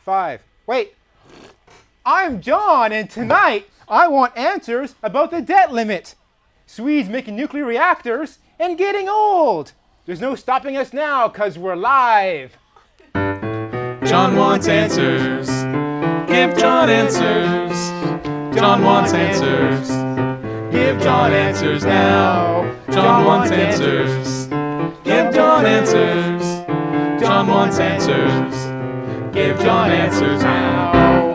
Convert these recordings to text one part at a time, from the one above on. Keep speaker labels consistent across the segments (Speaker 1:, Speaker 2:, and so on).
Speaker 1: five. Wait, I'm John, and tonight I want answers about the debt limit. Swedes making nuclear reactors and getting old. There's no stopping us now because we're live.
Speaker 2: John wants answers. Give John answers. John wants answers. Give John answers now. John wants answers. Give John answers. John wants answers. Give John answers now.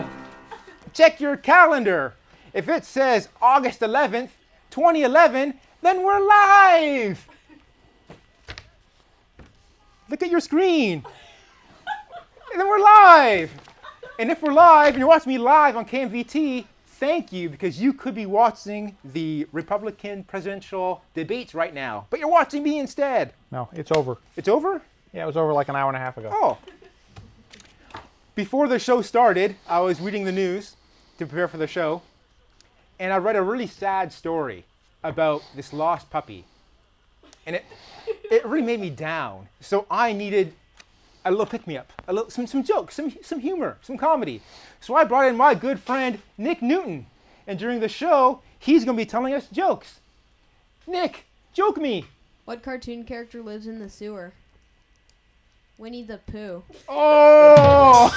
Speaker 1: Now, check your calendar. If it says August 11th, 2011, then we're live. Look at your screen. And then we're live. And if we're live and you're watching me live on KMVT, thank you because you could be watching the Republican presidential debates right now, but you're watching me instead.
Speaker 3: No, it's over.
Speaker 1: It's over?
Speaker 3: Yeah, it was over like an hour and a half ago.
Speaker 1: Oh. Before the show started, I was reading the news to prepare for the show, and I read a really sad story about this lost puppy. And it it really made me down. So I needed a little pick me up, a little some some jokes, some some humor, some comedy. So I brought in my good friend Nick Newton, and during the show, he's going to be telling us jokes. Nick, joke me.
Speaker 4: What cartoon character lives in the sewer? Winnie the Pooh.
Speaker 1: Oh!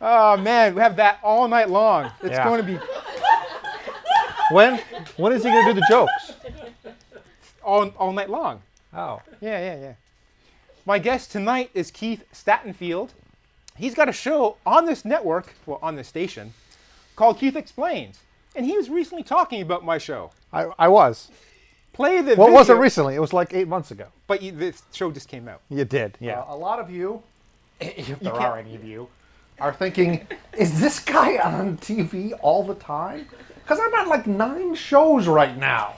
Speaker 1: oh man, we have that all night long. It's
Speaker 3: Yeah.
Speaker 1: going to be
Speaker 3: When? When is he gonna do the jokes?
Speaker 1: all all night long.
Speaker 3: Oh,
Speaker 1: Yeah, yeah, yeah. My guest tonight is Keith Statenfield. He's got a show on this network, well, on this station, called Keith Explains, and he was recently talking about my show.
Speaker 3: I, I was.
Speaker 1: Play the
Speaker 3: Well, it wasn't
Speaker 1: video-
Speaker 3: recently. It was like eight months ago.
Speaker 1: but you, this show just came out.
Speaker 3: You did, yeah.
Speaker 5: Uh, A lot of you, if there
Speaker 1: can't-
Speaker 5: are any of you, are thinking, is this guy on TV all the time? Because I'm on like nine shows right now.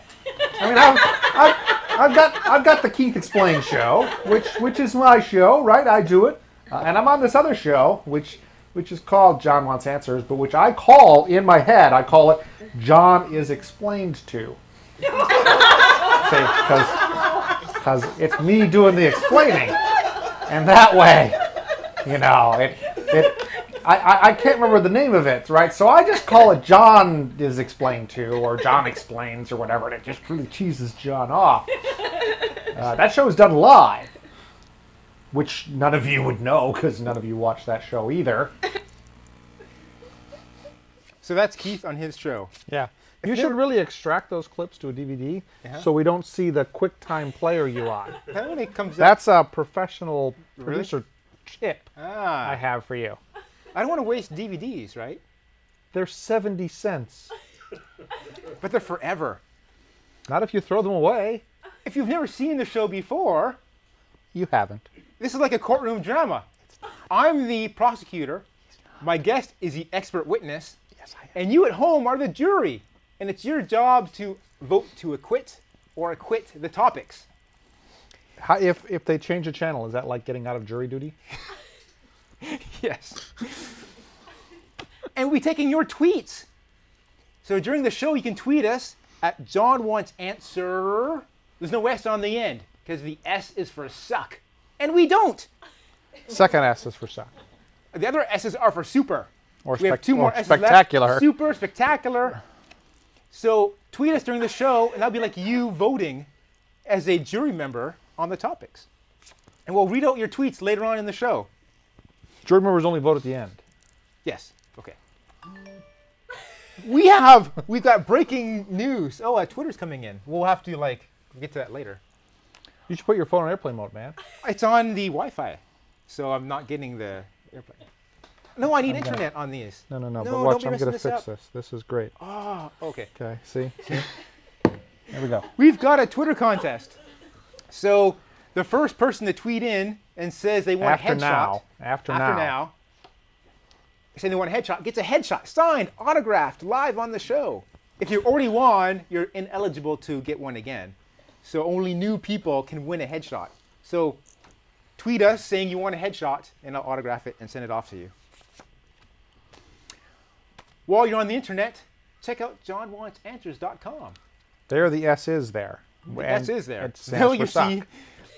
Speaker 5: I mean, I've, I've, I've got I've got the Keith Explain show, which which is my show, right? I do it, uh, and I'm on this other show, which which is called John Wants Answers, but which I call in my head, I call it John is Explained to, because it's me doing the explaining and that way, you know, it, it I, I, I can't remember the name of it, right? So I just call it John is explained to, or John explains, or whatever, and it just really cheeses John off. Uh, that show is done live, which none of you would know because none of you watch that show either.
Speaker 1: So that's Keith on his show.
Speaker 3: yeah. You should really extract those clips to a DVD so we don't see the QuickTime player you on.
Speaker 1: That really comes out.
Speaker 3: That's a professional producer tip I
Speaker 1: Ah,
Speaker 3: have for you.
Speaker 1: I don't want to waste DVDs, right?
Speaker 3: They're 70 cents.
Speaker 1: But they're forever.
Speaker 3: Not if you throw them away.
Speaker 1: If you've never seen the show before,
Speaker 3: You haven't.
Speaker 1: This is like a courtroom drama. I'm the prosecutor. My guest is the expert witness. Yes, I am. And you at home are the jury. And it's your job to vote to acquit or acquit the topics.
Speaker 3: How, if, if they change a channel, is that like getting out of jury duty?
Speaker 1: Yes. and we're taking your tweets. So during the show, you can tweet us at John Wants Answer. There's no S on the end because the S is for suck. And we don't.
Speaker 3: Second S is for suck.
Speaker 1: The other S's are for super.
Speaker 3: Or,
Speaker 1: We have
Speaker 3: spec-
Speaker 1: two more
Speaker 3: or
Speaker 1: S's
Speaker 3: spectacular.
Speaker 1: Left. Super spectacular. So tweet us during the show, and that'll be like you voting as a jury member on the topics. And we'll read out your tweets later on in the show.
Speaker 3: Jury members only vote at the end.
Speaker 1: Yes. Okay. We have we've got breaking news. Oh, uh, Twitter's coming in. We'll have to like get to that later.
Speaker 3: You should put your phone on airplane mode, man.
Speaker 1: It's on the Wi-Fi, so I'm not getting the airplane. No, I need internet on these.
Speaker 3: No, no, no.
Speaker 1: No,
Speaker 3: but watch,
Speaker 1: don't be
Speaker 3: I'm
Speaker 1: messing
Speaker 3: gonna
Speaker 1: this
Speaker 3: fix
Speaker 1: up.
Speaker 3: this. This is great.
Speaker 1: Okay.
Speaker 3: Okay, see, see. there we go.
Speaker 1: We've got a Twitter contest. So the first person to tweet in and says they want a
Speaker 3: After
Speaker 1: headshot
Speaker 3: now. After,
Speaker 1: after now, saying they want a headshot, gets a headshot signed, autographed, live on the show. If you're already won, you're ineligible to get one again. So only new people can win a headshot. So tweet us saying you want a headshot, and I'll autograph it and send it off to you. While you're on the internet, check out johnwantsanswers.com.
Speaker 3: There, the S is there.
Speaker 1: S
Speaker 3: And
Speaker 1: is there.
Speaker 3: It stands
Speaker 1: So
Speaker 3: for
Speaker 1: you
Speaker 3: suck.
Speaker 1: see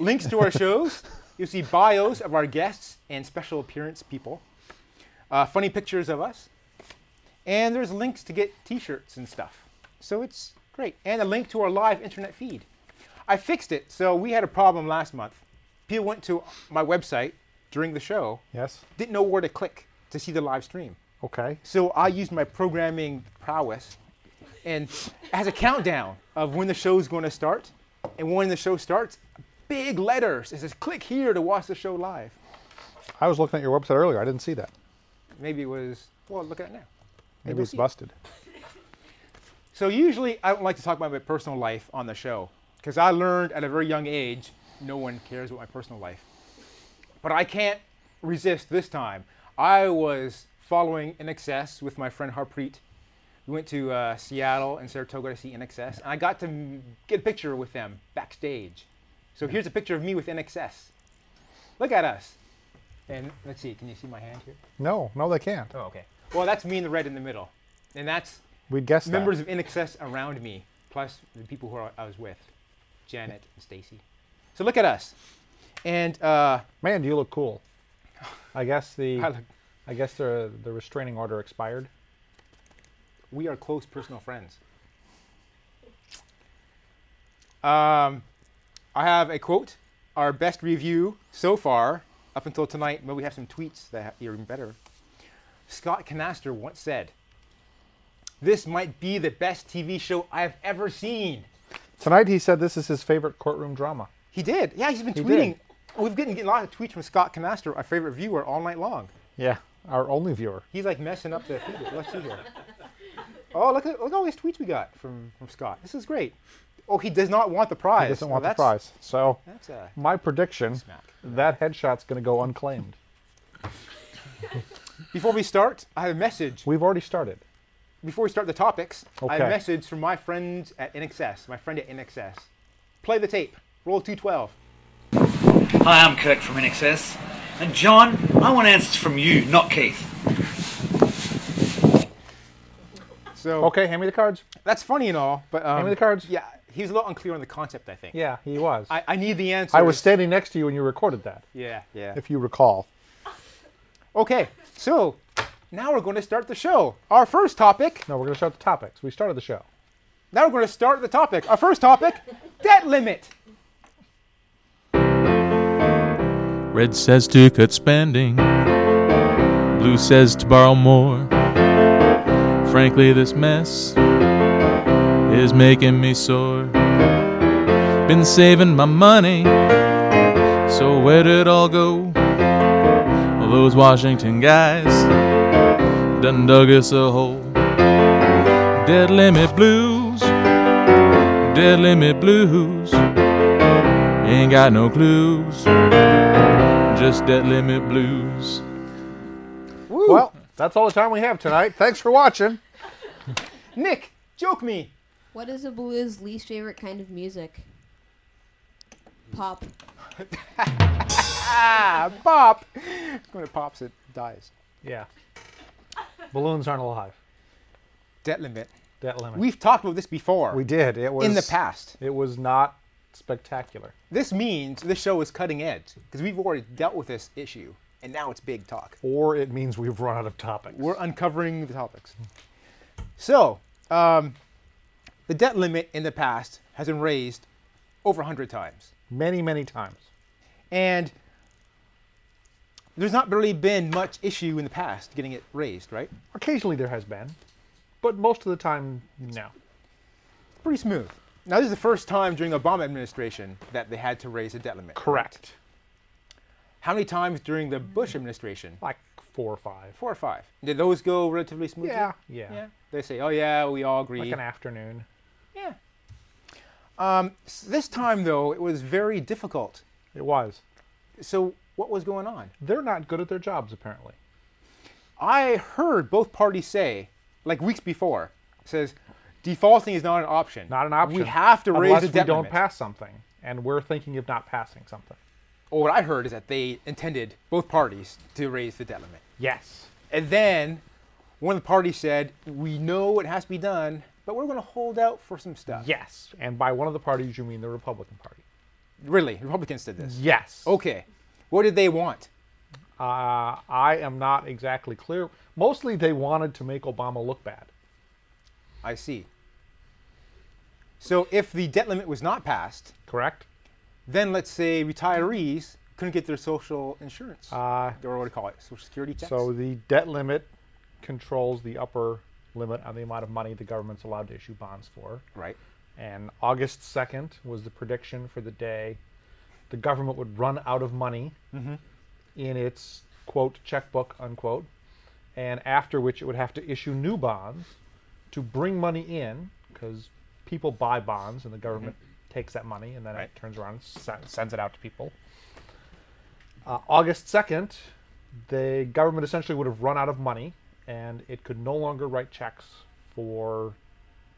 Speaker 1: links to our shows, You'll see bios of our guests and special appearance people, uh, funny pictures of us, and there's links to get T-shirts and stuff. So it's great, and a link to our live internet feed. I fixed it. So we had a problem last month. People went to my website during the show,
Speaker 3: Yes.
Speaker 1: didn't know where to click to see the live stream.
Speaker 3: Okay.
Speaker 1: So I used my programming prowess and has a countdown of when the show's going to start. And when the show starts, big letters. It says, click here to watch the show live.
Speaker 3: I was looking at your website earlier. I didn't see that.
Speaker 1: Maybe it was, well, look at it now.
Speaker 3: Maybe
Speaker 1: we'll
Speaker 3: it's
Speaker 1: see.
Speaker 3: busted.
Speaker 1: So usually I don't like to talk about my personal life on the show because I learned at a very young age no one cares about my personal life. But I can't resist this time. I was following NXS with my friend Harpreet. We went to uh, Seattle and Saratoga to see NXS, and I got to m- get a picture with them backstage. So here's a picture of me with NXS. Look at us. And let's see, can you see my hand here?
Speaker 3: No, no, they can't.
Speaker 1: Oh, okay. Well, that's me in the red in the middle. And that's
Speaker 3: We guessed that.
Speaker 1: members of InXS around me, plus the people who I was with, Janet and Stacy. So look at us, and uh,
Speaker 3: Man, do you look cool? I guess the
Speaker 1: I look-
Speaker 3: I guess the the restraining order expired.
Speaker 1: we are close personal friends. Um, I have a quote, our best review so far up until tonight, but we have some tweets that are even better. Scott Canaster once said, "This might be the best TV show I've ever seen."
Speaker 3: Tonight he said this is his favorite courtroom drama.
Speaker 1: He did. Yeah, he's been
Speaker 3: He
Speaker 1: tweeting.
Speaker 3: did.
Speaker 1: We've been getting a lot of tweets from Scott Canastro, our favorite viewer, all night long.
Speaker 3: Yeah, our only viewer.
Speaker 1: He's like messing up the feed. Let's see here. Oh, look at look at all these tweets we got from, from Scott. This is great. Oh, he does not want the prize.
Speaker 3: He doesn't
Speaker 1: Well,
Speaker 3: want the
Speaker 1: that's-
Speaker 3: prize. So
Speaker 1: That's uh, a
Speaker 3: my prediction,
Speaker 1: smack.
Speaker 3: that headshot's going to go unclaimed.
Speaker 1: Before we start, I have a message.
Speaker 3: We've already started.
Speaker 1: Before we start the topics, I have a
Speaker 3: Okay.
Speaker 1: message from my friends at NXS. My friend at NXS. Play the tape. Roll 212.
Speaker 6: Hi, I'm Kirk from NXS. And John, I want answers from you, not Keith.
Speaker 1: So
Speaker 3: Okay, hand me the cards.
Speaker 1: that's funny and all, but um,
Speaker 3: Hand me the cards.
Speaker 1: Yeah, he's a little unclear on the concept. I think.
Speaker 3: Yeah, he was. I,
Speaker 1: I, I need the answer.
Speaker 3: was standing next to you when you recorded that,
Speaker 1: Yeah. Yeah.
Speaker 3: if you recall.
Speaker 1: Okay, so now we're going to start the show. Our first topic.
Speaker 3: No, we're going to start the topics. We started the show.
Speaker 1: Now we're going to start the topic. Our first topic: debt limit.
Speaker 2: Red says to cut spending. Blue says to borrow more. Frankly, this mess is making me sore. Been saving my money, so where did it all go? All those Washington guys done dug us a hole. Dead limit blues, dead limit blues. Ain't got no clues just dead limit blues.
Speaker 1: Woo.
Speaker 3: Well, that's all the time we have tonight. Thanks for watching.
Speaker 1: Nick, joke me.
Speaker 4: What is a blues least favorite kind of music? Pop.
Speaker 1: Ah, pop. When it pops, it dies.
Speaker 3: Yeah. Balloons aren't alive.
Speaker 1: Debt limit.
Speaker 3: That limit.
Speaker 1: We've talked about this before.
Speaker 3: We did. It was
Speaker 1: in the past.
Speaker 3: It was not spectacular.
Speaker 1: This means this show is cutting edge because we've already dealt with this issue, and now it's big talk.
Speaker 3: Or it means we've run out of topics.
Speaker 1: We're uncovering the topics. So, um, the debt limit in the past has been raised over 100 times.
Speaker 3: many, many times.
Speaker 1: And there's not really been much issue in the past getting it raised, right?
Speaker 3: Occasionally there has been, but most of the time, no.
Speaker 1: It's pretty smooth. Now, this is the first time during the Obama administration that they had to raise the debt limit.
Speaker 3: Correct.
Speaker 1: How many times during the Bush administration?
Speaker 3: Like four or five.
Speaker 1: Four or five. Did those go relatively smoothly?
Speaker 3: Yeah. Yeah.
Speaker 1: Yeah. They say, oh, yeah, we all agree.
Speaker 3: Like an afternoon.
Speaker 1: yeah. Um, s- this time, though, it was very difficult.
Speaker 3: It was.
Speaker 1: So, what was going on?
Speaker 3: They're not good at their jobs, apparently.
Speaker 1: I heard both parties say, like weeks before, says defaulting is not an option.
Speaker 3: Not an option.
Speaker 1: We have to raise
Speaker 3: unless
Speaker 1: the debt
Speaker 3: we don't
Speaker 1: limit.
Speaker 3: pass something, and we're thinking of not passing something.
Speaker 1: Or what I heard is that they intended both parties to raise the debt limit,
Speaker 3: Yes.
Speaker 1: and then one of the parties said, "We know it has to be done, but we're going to hold out for some stuff."
Speaker 3: Yes. And by one of the parties, you mean the Republican Party. Uh,
Speaker 1: really, Republicans did this.
Speaker 3: Yes.
Speaker 1: Okay, What did they want?
Speaker 3: Uh, I am not exactly clear. Mostly, they wanted to make Obama look bad.
Speaker 1: I see. So if the debt limit was not passed,
Speaker 3: Correct?
Speaker 1: then let's say retirees couldn't get their social insurance,
Speaker 3: Uh,
Speaker 1: or what do you call it, social security checks.
Speaker 3: So the debt limit controls the upper limit on the amount of money the government's allowed to issue bonds for.
Speaker 1: right.
Speaker 3: And August 2nd was the prediction for the day the government would run out of money in its quote checkbook unquote, and after which it would have to issue new bonds to bring money in because people buy bonds and the government takes that money and then
Speaker 1: Right.
Speaker 3: it turns around and sen- sends it out to people. Uh, August 2nd, the government essentially would have run out of money and it could no longer write checks for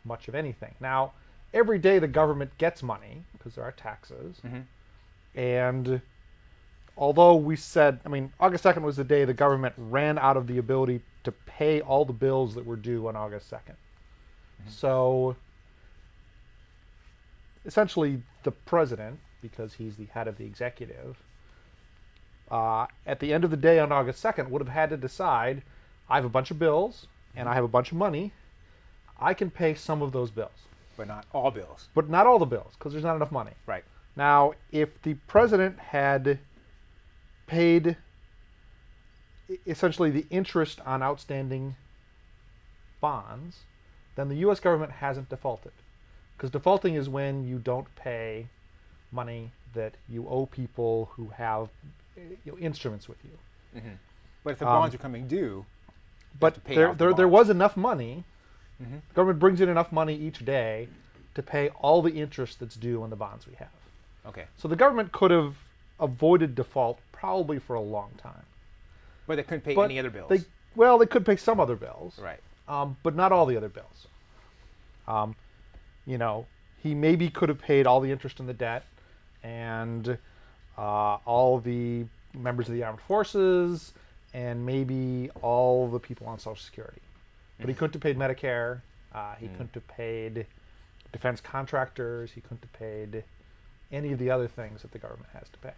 Speaker 3: much of anything. Now, every day the government gets money because there are taxes. And although we said, I mean, August 2nd was the day the government ran out of the ability to pay all the bills that were due on August 2nd. So essentially, the president, because he's the head of the executive, uh, at the end of the day on August 2nd, would have had to decide I have a bunch of bills and I have a bunch of money. I can pay some of those bills,
Speaker 1: But not all bills.
Speaker 3: but not all the bills because there's not enough money.
Speaker 1: Right.
Speaker 3: Now, if the president had paid e- essentially the interest on outstanding bonds, then the U.S. government hasn't defaulted. Because defaulting is when you don't pay money that you owe people who have eh, you know, instruments with you.
Speaker 1: But
Speaker 3: Um,
Speaker 1: if the bonds are coming due,
Speaker 3: But
Speaker 1: to pay
Speaker 3: there,
Speaker 1: off the
Speaker 3: there, there
Speaker 1: bonds. Mm-hmm.
Speaker 3: was enough money. The government brings in enough money each day to pay all the interest that's due on the bonds we have.
Speaker 1: okay.
Speaker 3: So the government could have avoided default probably for a long time.
Speaker 1: But they couldn't pay
Speaker 3: But
Speaker 1: any other bills.
Speaker 3: They, well, they could pay some other bills,
Speaker 1: right.
Speaker 3: um, but not all the other bills. Um, you know, he maybe could have paid all the interest in the debt and uh, all the members of the armed forces and maybe all the people on Social Security. But he couldn't have paid Medicare. Uh, he couldn't have paid defense contractors. He couldn't have paid any of the other things that the government has to pay.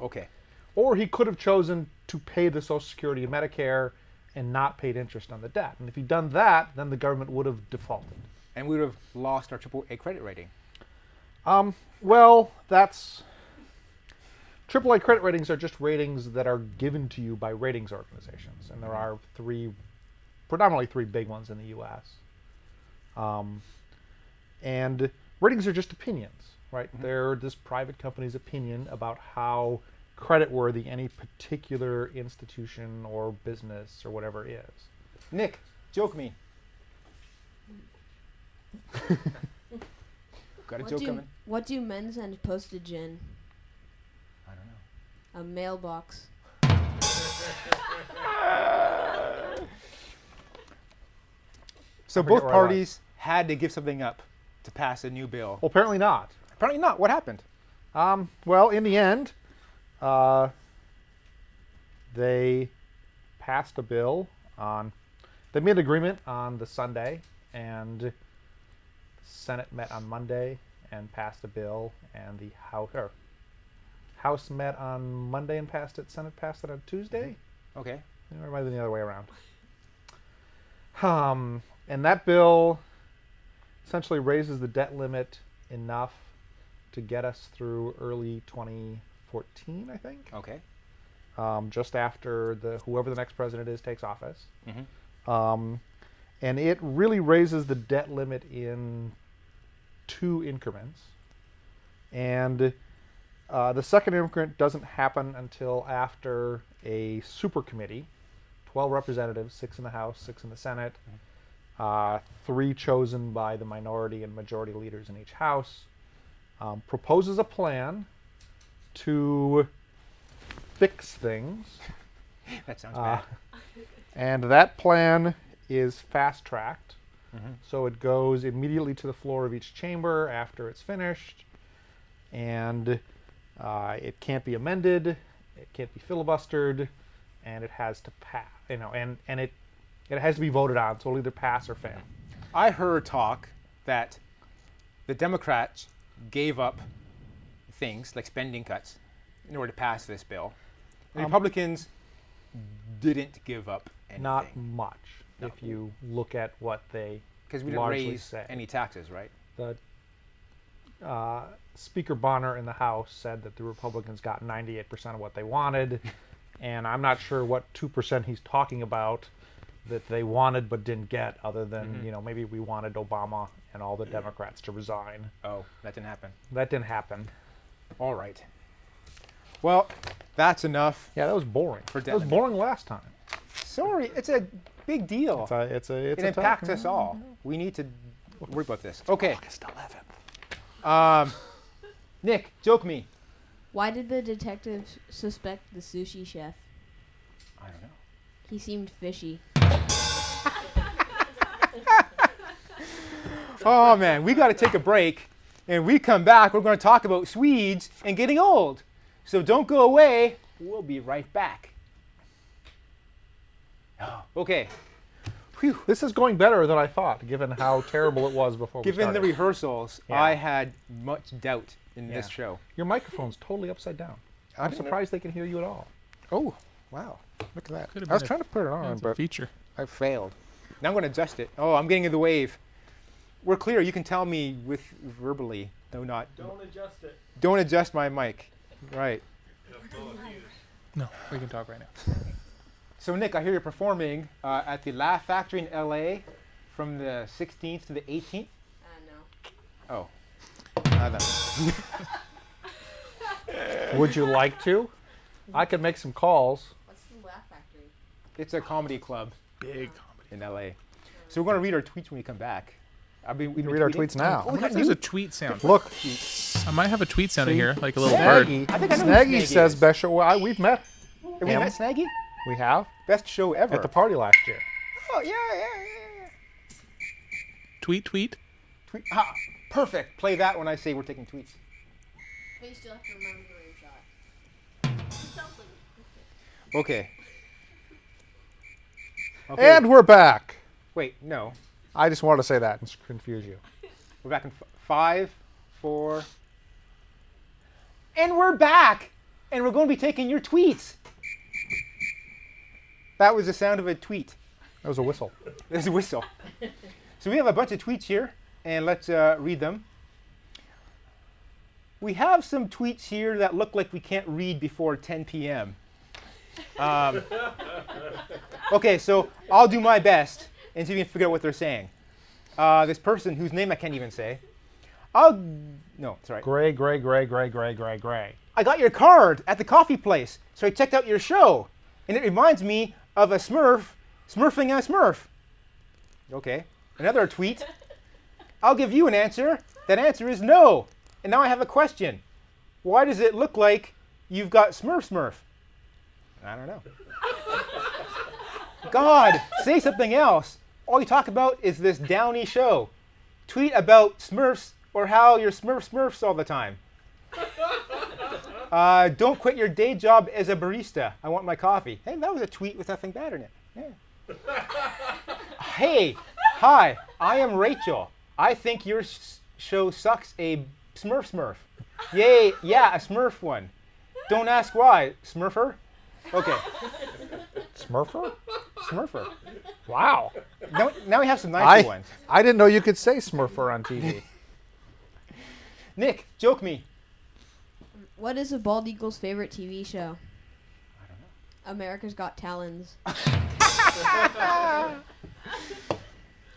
Speaker 1: Okay.
Speaker 3: Or he could have chosen to pay the Social Security and Medicare and not paid interest on the debt. And if he'd done that, then the government would have defaulted.
Speaker 1: And we would have lost our AAA credit rating.
Speaker 3: Um, well, that's. AAA credit ratings are just ratings that are given to you by ratings organizations. And there are three, predominantly three big ones in the U.S. Um, and ratings are just opinions, right? They're this private company's opinion about how creditworthy any particular institution or business or whatever is.
Speaker 1: Nick, joke me. Got a
Speaker 4: What
Speaker 1: joke
Speaker 4: do,
Speaker 1: coming?
Speaker 4: what do men send postage in?
Speaker 1: I don't know.
Speaker 4: A mailbox.
Speaker 1: So
Speaker 3: forget
Speaker 1: both
Speaker 3: where I was.
Speaker 1: parties had to give something up to pass a new bill.
Speaker 3: Well, apparently not.
Speaker 1: Apparently not. What happened?
Speaker 3: Um, well, in the end, uh, they passed a bill on. They made an agreement on the Sunday, and the Senate met on Monday and passed a bill, and the House or House met on Monday and passed it. Senate passed it on Tuesday.
Speaker 1: Okay.
Speaker 3: Or might have been the other way around. Um, and that bill essentially raises the debt limit enough to get us through early 2014, I think,
Speaker 1: Okay.
Speaker 3: um, just after the whoever the next president is takes office.
Speaker 1: Mhm.
Speaker 3: Um, and it really raises the debt limit in two increments. And uh, the second increment doesn't happen until after a super committee, 12 representatives, six in the House, six in the Senate, uh, three chosen by the minority and majority leaders in each House, um, proposes a plan to fix things.
Speaker 1: That sounds
Speaker 3: Uh,
Speaker 1: bad.
Speaker 3: and that plan is fast tracked. So it goes immediately to the floor of each chamber after it's finished. And uh, it can't be amended, it can't be filibustered, and it has to pass. You know, and, and it, it has to be voted on, so it'll either pass or fail.
Speaker 1: I heard talk that the Democrats gave up things like spending cuts in order to pass this bill. The
Speaker 3: Um,
Speaker 1: Republicans didn't give up
Speaker 3: Not
Speaker 1: anything
Speaker 3: much, if you look at what they
Speaker 1: because we didn't
Speaker 3: largely
Speaker 1: raise
Speaker 3: say.
Speaker 1: any taxes, right?
Speaker 3: the uh, Speaker Bonner in the House said that the Republicans got 98% of what they wanted, and I'm not sure what 2% he's talking about that they wanted but didn't get, other than, you know, maybe we wanted Obama and all the Democrats to resign.
Speaker 1: Oh, that didn't happen.
Speaker 3: That didn't happen.
Speaker 1: All right. Well, that's enough.
Speaker 3: Yeah, that was boring.
Speaker 1: For
Speaker 3: that was
Speaker 1: Denman.
Speaker 3: boring last time.
Speaker 1: Sorry, it's a big deal.
Speaker 3: It's a, it's a, it's
Speaker 1: it
Speaker 3: a tough-
Speaker 1: impacts us all. We need to worry about this. Okay, Um,
Speaker 3: August 11th.
Speaker 1: Nick, joke me.
Speaker 4: Why did the detective s- suspect the sushi chef?
Speaker 1: I don't know.
Speaker 4: He seemed fishy.
Speaker 1: Oh man, we got to take a break, and we come back. We're going to talk about Swedes and getting old. So don't go away. We'll be right back. Okay,
Speaker 3: This is going better than I thought, given how terrible it was before we
Speaker 1: given the
Speaker 3: started.
Speaker 1: rehearsals,
Speaker 3: Yeah.
Speaker 1: I had much doubt in this
Speaker 3: Yeah.
Speaker 1: show.
Speaker 3: Your microphone's totally upside down. I'm surprised they can hear you at all.
Speaker 5: Oh, wow. Look at
Speaker 2: Could've
Speaker 5: that. I was
Speaker 2: been a-
Speaker 5: trying to put it on,
Speaker 2: That's a
Speaker 5: but
Speaker 2: feature.
Speaker 5: I failed.
Speaker 1: Now I'm going to adjust it. Oh, I'm getting in the wave. We're clear. You can tell me with verbally, though not. Don't adjust it. Don't adjust my mic. Right.
Speaker 2: No, we can talk right now.
Speaker 1: So Nick, I hear you're performing uh, at the Laugh Factory in LA from the 16th to the 18th.
Speaker 4: Uh, no.
Speaker 1: Oh. I don't-
Speaker 3: Would you like to? I could make some calls.
Speaker 4: What's the laugh factory?
Speaker 1: It's a comedy club
Speaker 2: Big comedy.
Speaker 1: in LA. So we're going to read our tweets when we come back. I mean, we
Speaker 5: You can read our tweets now.
Speaker 2: Oh, there's a tweet sound.
Speaker 5: Look,
Speaker 2: I might have a tweet sound in here, like a little bird.
Speaker 5: Snaggy,
Speaker 1: I think I know who
Speaker 5: Snaggy
Speaker 1: Snaggy
Speaker 5: says
Speaker 1: is.
Speaker 5: best show. Well, I, we've met.
Speaker 1: Have we
Speaker 5: Him?
Speaker 1: met Snaggy?
Speaker 5: We have
Speaker 1: Best show ever.
Speaker 5: at the party last year.
Speaker 1: oh, yeah, yeah, yeah, yeah.
Speaker 2: Tweet, tweet.
Speaker 1: Tweet. Ah, perfect. Play that when I say we're taking tweets.
Speaker 4: But you still have to remember the rim shot.
Speaker 1: Okay. okay.
Speaker 5: And we're back.
Speaker 1: wait, no.
Speaker 5: I just wanted to say that and s- confuse you.
Speaker 1: We're back in f- five, four, and we're back, and we're going to be taking your tweets. That was the sound of a tweet.
Speaker 5: That was a whistle.
Speaker 1: There's a whistle. so we have a bunch of tweets here, and let's uh, read them. We have some tweets here that look like we can't read before 10 p.m. Um, okay, so I'll do my best and see if you can figure out what they're saying. Uh, this person whose name I can't even say. I'll no, sorry.
Speaker 3: Gray, gray, gray, gray, gray, gray, gray.
Speaker 1: I got your card at the coffee place, so I checked out your show, and it reminds me of a Smurf smurfing a Smurf. Okay. Another tweet. I'll give you an answer. That answer is no. And now I have a question. Why does it look like you've got Smurf Smurf? I don't know. God, say something else. All you talk about is this downy show. Tweet about Smurfs or how you're Smurf Smurfs all the time. Uh, don't quit your day job as a barista. I want my coffee. Hey, that was a tweet with nothing bad in it. Yeah. hey, hi, I am Rachel. I think your s show sucks a smurf smurf. Yay, yeah, a smurf one. Don't ask why, smurfer. Okay,
Speaker 3: Smurfer?
Speaker 1: smurfer.
Speaker 3: Wow.
Speaker 1: Now, now we have some
Speaker 5: I,
Speaker 1: nicer ones.
Speaker 5: I didn't know you could say Smurfer on TV.
Speaker 1: Nick, joke me.
Speaker 4: What is a bald eagle's favorite TV show? I don't know. America's Got Talons.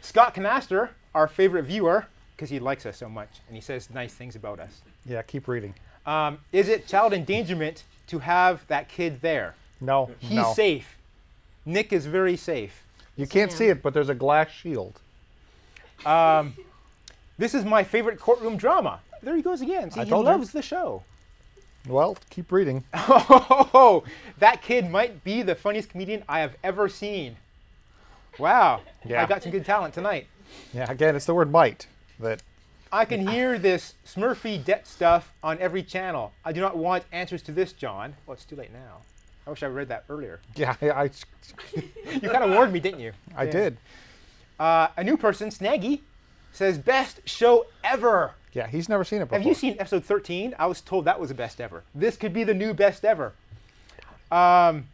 Speaker 1: Scott Canaster, our favorite viewer, because he likes us so much and he says nice things about us.
Speaker 3: Yeah, keep reading.
Speaker 1: Um, is it child endangerment to have that kid there?
Speaker 3: No,
Speaker 1: He's
Speaker 3: no.
Speaker 1: safe. Nick is very safe.
Speaker 3: You can't see it, but there's a glass shield.
Speaker 1: This is my favorite courtroom drama. There he goes again. See,
Speaker 3: I
Speaker 1: he
Speaker 3: told you.
Speaker 1: loves the show.
Speaker 5: Well, keep reading.
Speaker 1: Oh, that kid might be the funniest comedian I have ever seen. Wow.
Speaker 5: Yeah.
Speaker 1: I got some good talent tonight.
Speaker 5: Yeah, again, it's the word might that
Speaker 1: I can hear this Smurfy debt stuff on every channel. I do not want answers to this, John. Well, it's too late now. I wish I read that earlier.
Speaker 5: yeah, I
Speaker 1: You kind of warned me, didn't you?
Speaker 5: I did.
Speaker 1: Uh, a new person, Snaggy, says best show ever.
Speaker 5: Yeah, he's never seen it before.
Speaker 1: Have you seen episode 13? I was told that was the best ever. This could be the new best ever. Um,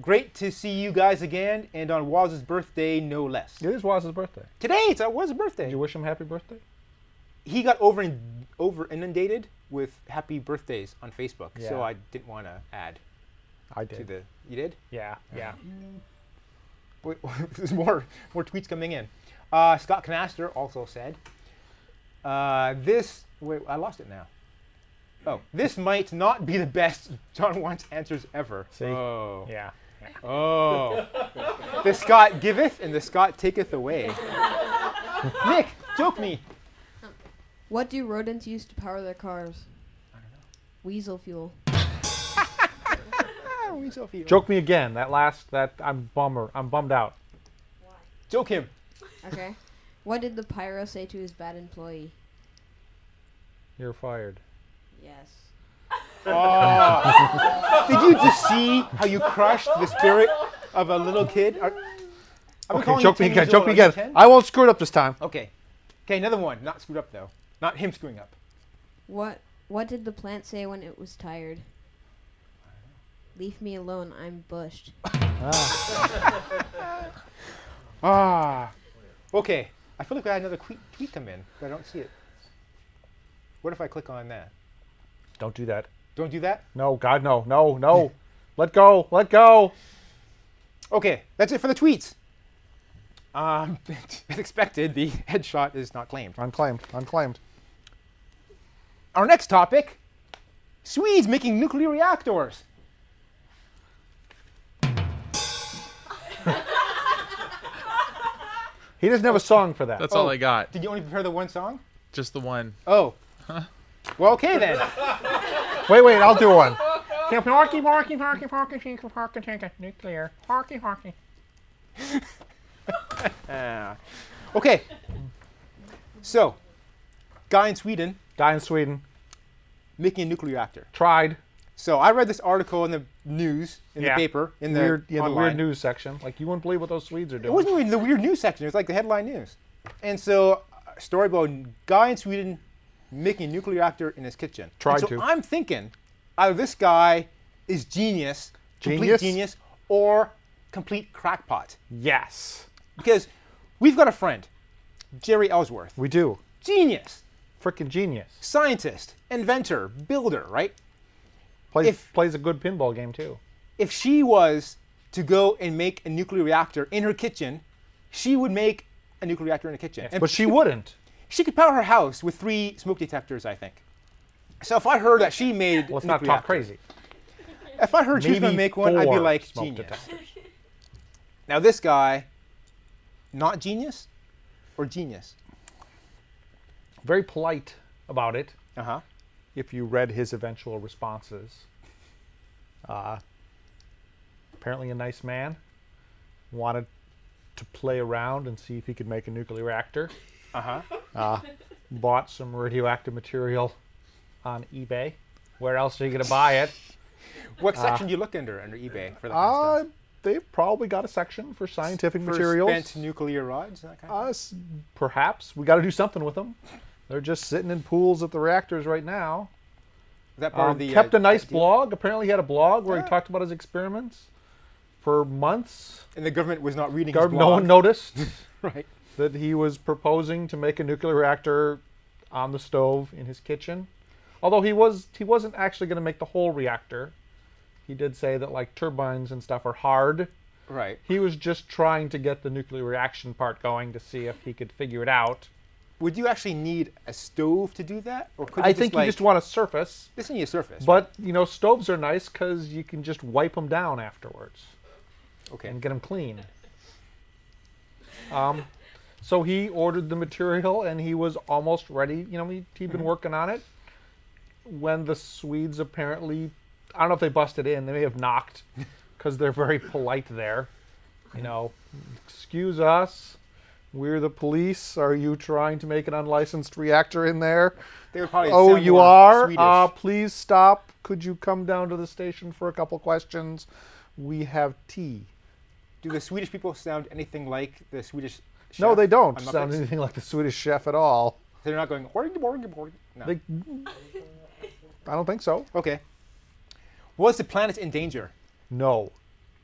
Speaker 1: great to see you guys again, and on Waz's birthday, no less.
Speaker 3: It is Waz's birthday.
Speaker 1: Today, it's Waz's birthday.
Speaker 3: Did you wish him happy birthday?
Speaker 1: He got over in, over inundated with happy birthdays on Facebook,
Speaker 3: Yeah.
Speaker 1: so I didn't want to add
Speaker 3: I
Speaker 1: to the. You did?
Speaker 3: Yeah, yeah.
Speaker 1: Wait, there's more more tweets coming in. Uh, Scott Canaster also said, uh, "This wait, I lost it now. Oh, this might not be the best John wants answers ever.
Speaker 3: See?
Speaker 1: Oh,
Speaker 3: Yeah.
Speaker 1: oh, the Scott giveth and the Scott taketh away. Nick, joke me.
Speaker 4: What do rodents use to power their cars? Weasel fuel.
Speaker 1: Ah, we so feel.
Speaker 3: Joke me again. That last, that, I'm bummer. I'm bummed out.
Speaker 1: joke him.
Speaker 4: Okay. what did the pyro say to his bad employee?
Speaker 3: You're fired.
Speaker 4: Yes.
Speaker 1: Oh. Did you just see how you crushed the spirit of a little kid? Are, I've been
Speaker 3: Okay,
Speaker 1: calling you
Speaker 3: joke me
Speaker 1: 10
Speaker 3: again.
Speaker 1: years
Speaker 3: Joke
Speaker 1: old.
Speaker 3: me
Speaker 1: Are you
Speaker 3: again.
Speaker 1: 10?
Speaker 3: I won't screw it up this time.
Speaker 1: Okay. Okay, another one. Not screwed up though. Not him screwing up.
Speaker 4: What What did the plant say when it was tired? Leave me alone. I'm bushed.
Speaker 1: Ah. Okay. I feel like I had another tweet, tweet come in, but I don't see it. What if I click on that?
Speaker 3: Don't do that.
Speaker 1: Don't do that.
Speaker 3: No, God, no, no, no. let go. Let go.
Speaker 1: Okay, that's it for the tweets. Um, as expected, the headshot is not claimed.
Speaker 3: Unclaimed. Unclaimed.
Speaker 1: Our next topic: Swedes making nuclear reactors.
Speaker 3: He doesn't have a song for that.
Speaker 2: That's all I got.
Speaker 1: Did you only prepare the one song?
Speaker 2: Just the one.
Speaker 1: Oh. Well, okay then.
Speaker 3: Wait, wait. I'll do one.
Speaker 7: Harky, harky, harky, harky, shink, harky, shink, nuclear. Harky, harky.
Speaker 1: Ah. okay. So, guy in Sweden
Speaker 3: Guy in Sweden
Speaker 1: making a nuclear reactor.
Speaker 3: tried.
Speaker 1: So I read this article in the news, in
Speaker 3: Yeah.
Speaker 1: the paper, in the
Speaker 3: Weird, yeah, the
Speaker 1: online.
Speaker 3: weird news section. Like you wouldn't believe what those Swedes are
Speaker 1: It
Speaker 3: doing.
Speaker 1: wasn't even the weird news section. It was like the headline news. And so, a story about a guy in Sweden making a nuclear reactor in his kitchen. And
Speaker 3: Tried
Speaker 1: so
Speaker 3: to.
Speaker 1: I'm thinking, either this guy is genius, complete
Speaker 3: Genius?
Speaker 1: genius, or complete crackpot.
Speaker 3: Yes,
Speaker 1: Because we've got a friend, Jerry Ellsworth,
Speaker 3: we do.
Speaker 1: genius,
Speaker 3: Freaking genius.
Speaker 1: scientist, inventor, builder, right?
Speaker 3: Plays
Speaker 1: If-
Speaker 3: plays a good pinball game too.
Speaker 1: if she was to go and make a nuclear reactor in her kitchen, she would make a nuclear reactor in her kitchen. And
Speaker 3: But she wouldn't.
Speaker 1: she could power her house with three smoke detectors, I think. So if I heard that she made,
Speaker 3: Let's
Speaker 1: a
Speaker 3: not
Speaker 1: nuclear
Speaker 3: talk
Speaker 1: reactor-
Speaker 3: crazy.
Speaker 1: If I heard she was going to make one, I'd be
Speaker 3: four
Speaker 1: like
Speaker 3: smoke
Speaker 1: genius.
Speaker 3: detectors.
Speaker 1: Now this guy, not genius, or genius?
Speaker 3: Very polite about it.
Speaker 1: Uh huh.
Speaker 3: If you read his eventual responses, uh, apparently a nice man wanted to play around and see if he could make a nuclear reactor.
Speaker 1: Uh huh.
Speaker 3: bought some radioactive material on eBay. Where else are you going to buy it?
Speaker 1: What section do you look under under eBay for that kind of
Speaker 3: Uh, they've probably got a section for scientific
Speaker 1: stuff? For
Speaker 3: materials. Uh,
Speaker 1: spent nuclear rods, that kind of.
Speaker 3: Us, perhaps. We got to do something with them. They're just sitting in pools at the reactors right now.
Speaker 1: Is that part
Speaker 3: Um,
Speaker 1: of the
Speaker 3: kept
Speaker 1: uh,
Speaker 3: a nice
Speaker 1: deal?
Speaker 3: blog. Apparently, he had a blog where
Speaker 1: Yeah.
Speaker 3: he talked about his experiments for months.
Speaker 1: And the government was not reading his
Speaker 3: Gar-
Speaker 1: blog.
Speaker 3: No one noticed
Speaker 1: Right.
Speaker 3: that he was proposing to make a nuclear reactor on the stove in his kitchen. Although he was he wasn't actually going to make the whole reactor. He did say that like turbines and stuff are hard.
Speaker 1: Right.
Speaker 3: He was just trying to get the nuclear reaction part going to see if he could figure it out.
Speaker 1: Would you actually need a stove to do that, or could you
Speaker 3: I
Speaker 1: just,
Speaker 3: think
Speaker 1: like,
Speaker 3: you just want a surface,
Speaker 1: this in your surface?
Speaker 3: but you know stoves are nice cuz you can just wipe them down afterwards.
Speaker 1: okay,
Speaker 3: and get them clean. Um, so he ordered the material and he was almost ready. You know, he, he'd
Speaker 1: Mm-hmm.
Speaker 3: been working on it when the Swedes apparently, I don't know if they busted in, they may have knocked because they're very polite there. You know, excuse us. We're the police. Are you trying to make an unlicensed reactor in there?
Speaker 1: they would probably.
Speaker 3: Oh,
Speaker 1: sound
Speaker 3: you
Speaker 1: more
Speaker 3: are?
Speaker 1: Swedish.
Speaker 3: Uh, please stop. Could you come down to the station for a couple questions? We have tea.
Speaker 1: Do the Swedish people sound anything like the Swedish? Chef
Speaker 3: No, they don't
Speaker 1: on
Speaker 3: sound
Speaker 1: Muppets?
Speaker 3: anything like the Swedish chef at all.
Speaker 1: They're not going. "Orgy, orgy, orgy." No.
Speaker 3: They, I don't think so.
Speaker 1: okay. Was the planet in danger?
Speaker 3: No.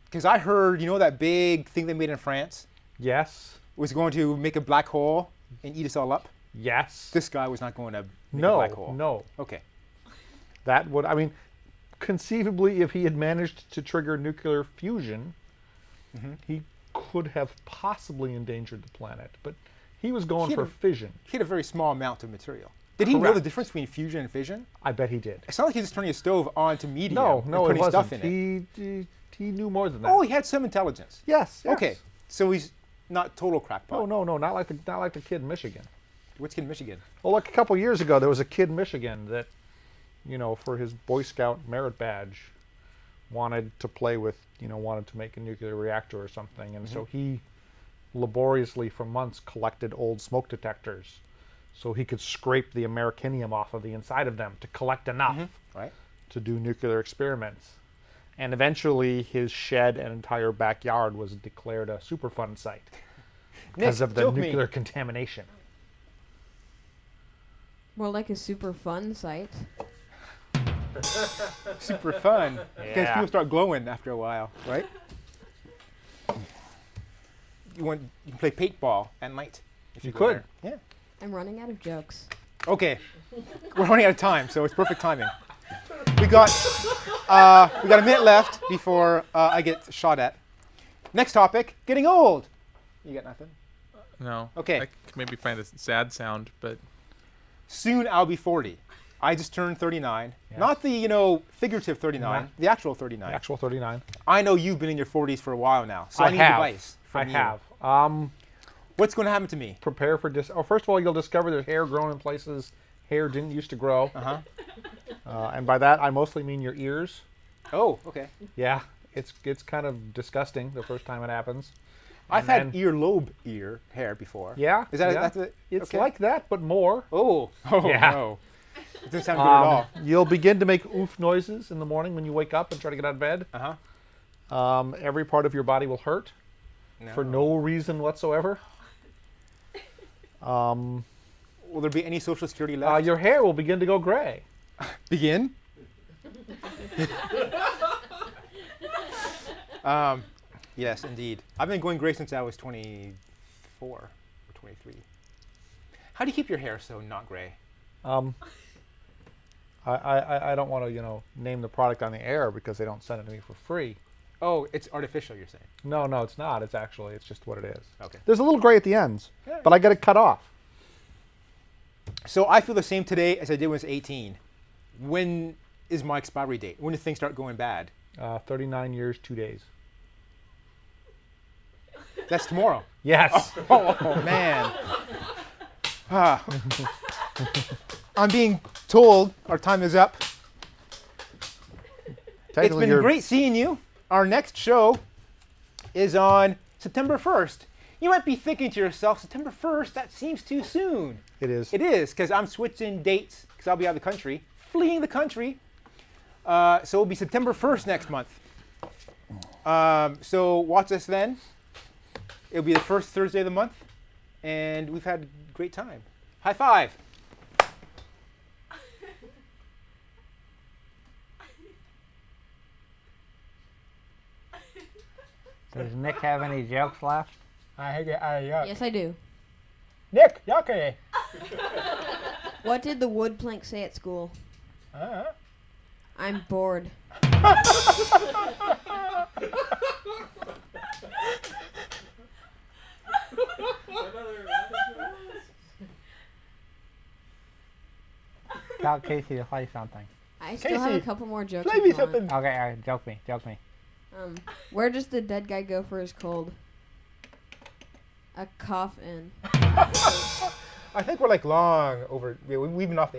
Speaker 1: Because I heard, you know, that big thing they made in France
Speaker 3: Yes.
Speaker 1: was going to make a black hole and eat us all up.
Speaker 3: Yes.
Speaker 1: This guy was not going to make a
Speaker 3: no.
Speaker 1: black hole.
Speaker 3: No.
Speaker 1: Okay.
Speaker 3: That would. I mean, conceivably, if he had managed to trigger nuclear fusion,
Speaker 1: Mm-hmm.
Speaker 3: he could have possibly endangered the planet. But he was going
Speaker 1: He'd
Speaker 3: for
Speaker 1: have-
Speaker 3: fission.
Speaker 1: He had a very small amount of material. Did he know the
Speaker 3: Correct.
Speaker 1: difference between fusion and fission?
Speaker 3: I bet he did.
Speaker 1: It's not like he's just turning a stove on to medium
Speaker 3: No,
Speaker 1: and
Speaker 3: no, it
Speaker 1: putting
Speaker 3: wasn't.
Speaker 1: stuff in it.
Speaker 3: he, he he knew more than that.
Speaker 1: Oh, he had some intelligence.
Speaker 3: yes, yes.
Speaker 1: Okay, so he's not total crackpot.
Speaker 3: No, no, no, not like the not like the kid in Michigan.
Speaker 1: What's in Michigan?
Speaker 3: Well, like a couple years ago, there was a kid in Michigan that, you know, for his Boy Scout merit badge, wanted to play with, you know, wanted to make a nuclear reactor or something, and
Speaker 1: Mm-hmm.
Speaker 3: so he laboriously for months collected old smoke detectors, so he could scrape the americanium off of the inside of them to collect enough
Speaker 1: Right.
Speaker 3: to do nuclear experiments. And eventually, his shed and entire backyard was declared a Superfund site because
Speaker 1: Nick,
Speaker 3: of the
Speaker 1: joke me.
Speaker 3: nuclear contamination.
Speaker 4: More like a super fun site.
Speaker 1: Super fun. Because
Speaker 3: Yeah.
Speaker 1: people start glowing after a while, right? You want you can play paintball at night. If
Speaker 3: You
Speaker 1: go
Speaker 3: could.
Speaker 1: there.
Speaker 4: I'm running out of jokes.
Speaker 1: Yeah. Okay. We're running out of time, so it's perfect timing. We got uh, we got a minute left before uh, I get shot at. Next topic: getting old. You got nothing.
Speaker 2: No.
Speaker 1: Okay.
Speaker 2: I could maybe find a sad sound, but
Speaker 1: soon I'll be 40. I just turned 39. Not the, you know, figurative 39, the actual 39.
Speaker 3: Actual 39.
Speaker 1: I know you've been in your 40s for a while now, so I, need
Speaker 3: have.
Speaker 1: advice from
Speaker 3: I
Speaker 1: you.
Speaker 3: have. Um,
Speaker 1: What's going to happen to me?
Speaker 3: prepare for dis. Oh, first of all, you'll discover there's hair grown in places hair didn't used to grow. Uh-huh. and by that, I mostly mean your ears.
Speaker 1: Oh, okay.
Speaker 3: Yeah, it's it's kind of disgusting the first time it happens.
Speaker 1: I've had
Speaker 3: And then-
Speaker 1: earlobe ear hair before.
Speaker 3: Yeah,
Speaker 1: Is that
Speaker 3: yeah.
Speaker 1: that's it?
Speaker 3: It's
Speaker 1: okay.
Speaker 3: like that, but more.
Speaker 1: Oh, oh
Speaker 3: Yeah.
Speaker 1: no. It doesn't sound good at
Speaker 3: Um,
Speaker 1: all.
Speaker 3: You'll begin to make oof noises in the morning when you wake up and try to get out of bed.
Speaker 1: Uh-huh.
Speaker 3: Um, every part of your body will hurt for no reason whatsoever. Um,
Speaker 1: Will there be any social security left?
Speaker 3: uh, your hair will begin to go gray.
Speaker 1: Begin. um, yes, indeed. I've been going gray since I was 24 or 23. How do you keep your hair so not gray?
Speaker 3: Um, I, I, I- I don't want to you know name the product on the air because they don't send it to me for free.
Speaker 1: Oh, it's artificial, you're saying.
Speaker 3: No, no, it's not. It's actually it's just what it is.
Speaker 1: Okay.
Speaker 3: There's a little gray at the ends,
Speaker 1: Yeah.
Speaker 3: but I got it cut off.
Speaker 1: So I feel the same today as I did when I was 18. When is my expiry date? When do things start going bad?
Speaker 3: Uh, 39 years, two days.
Speaker 1: That's tomorrow.
Speaker 3: Yes.
Speaker 1: Oh man. Ah. I'm being told our time is up. It's
Speaker 3: Technically,
Speaker 1: been
Speaker 3: you're-
Speaker 1: great seeing you. Our next show is on September 1st. You might be thinking to yourself, September 1st, that seems too soon.
Speaker 3: It is.
Speaker 1: It is, because I'm switching dates, because I'll be out of the country, fleeing the country. Uh, so it'll be September 1st next month. Um, so watch us then. It'll be the first Thursday of the month, and we've had a great time. High five.
Speaker 7: Does Nick have any jokes left? I hate it. I
Speaker 1: Uh,
Speaker 7: yuck.
Speaker 4: Yes, I do.
Speaker 7: Nick, yucky.
Speaker 4: What did the wood plank say at school?
Speaker 1: Uh-huh.
Speaker 4: I'm bored.
Speaker 7: Tell Casey to play something.
Speaker 4: I still have a
Speaker 1: Casey,
Speaker 4: couple more jokes.
Speaker 1: Play
Speaker 4: if
Speaker 1: me
Speaker 4: you want.
Speaker 1: something.
Speaker 7: Okay, all right, joke me, joke me.
Speaker 4: Um, where does the dead guy go for his cold? A coffin.
Speaker 1: I think we're like long over. yeah, we- We've been off the air.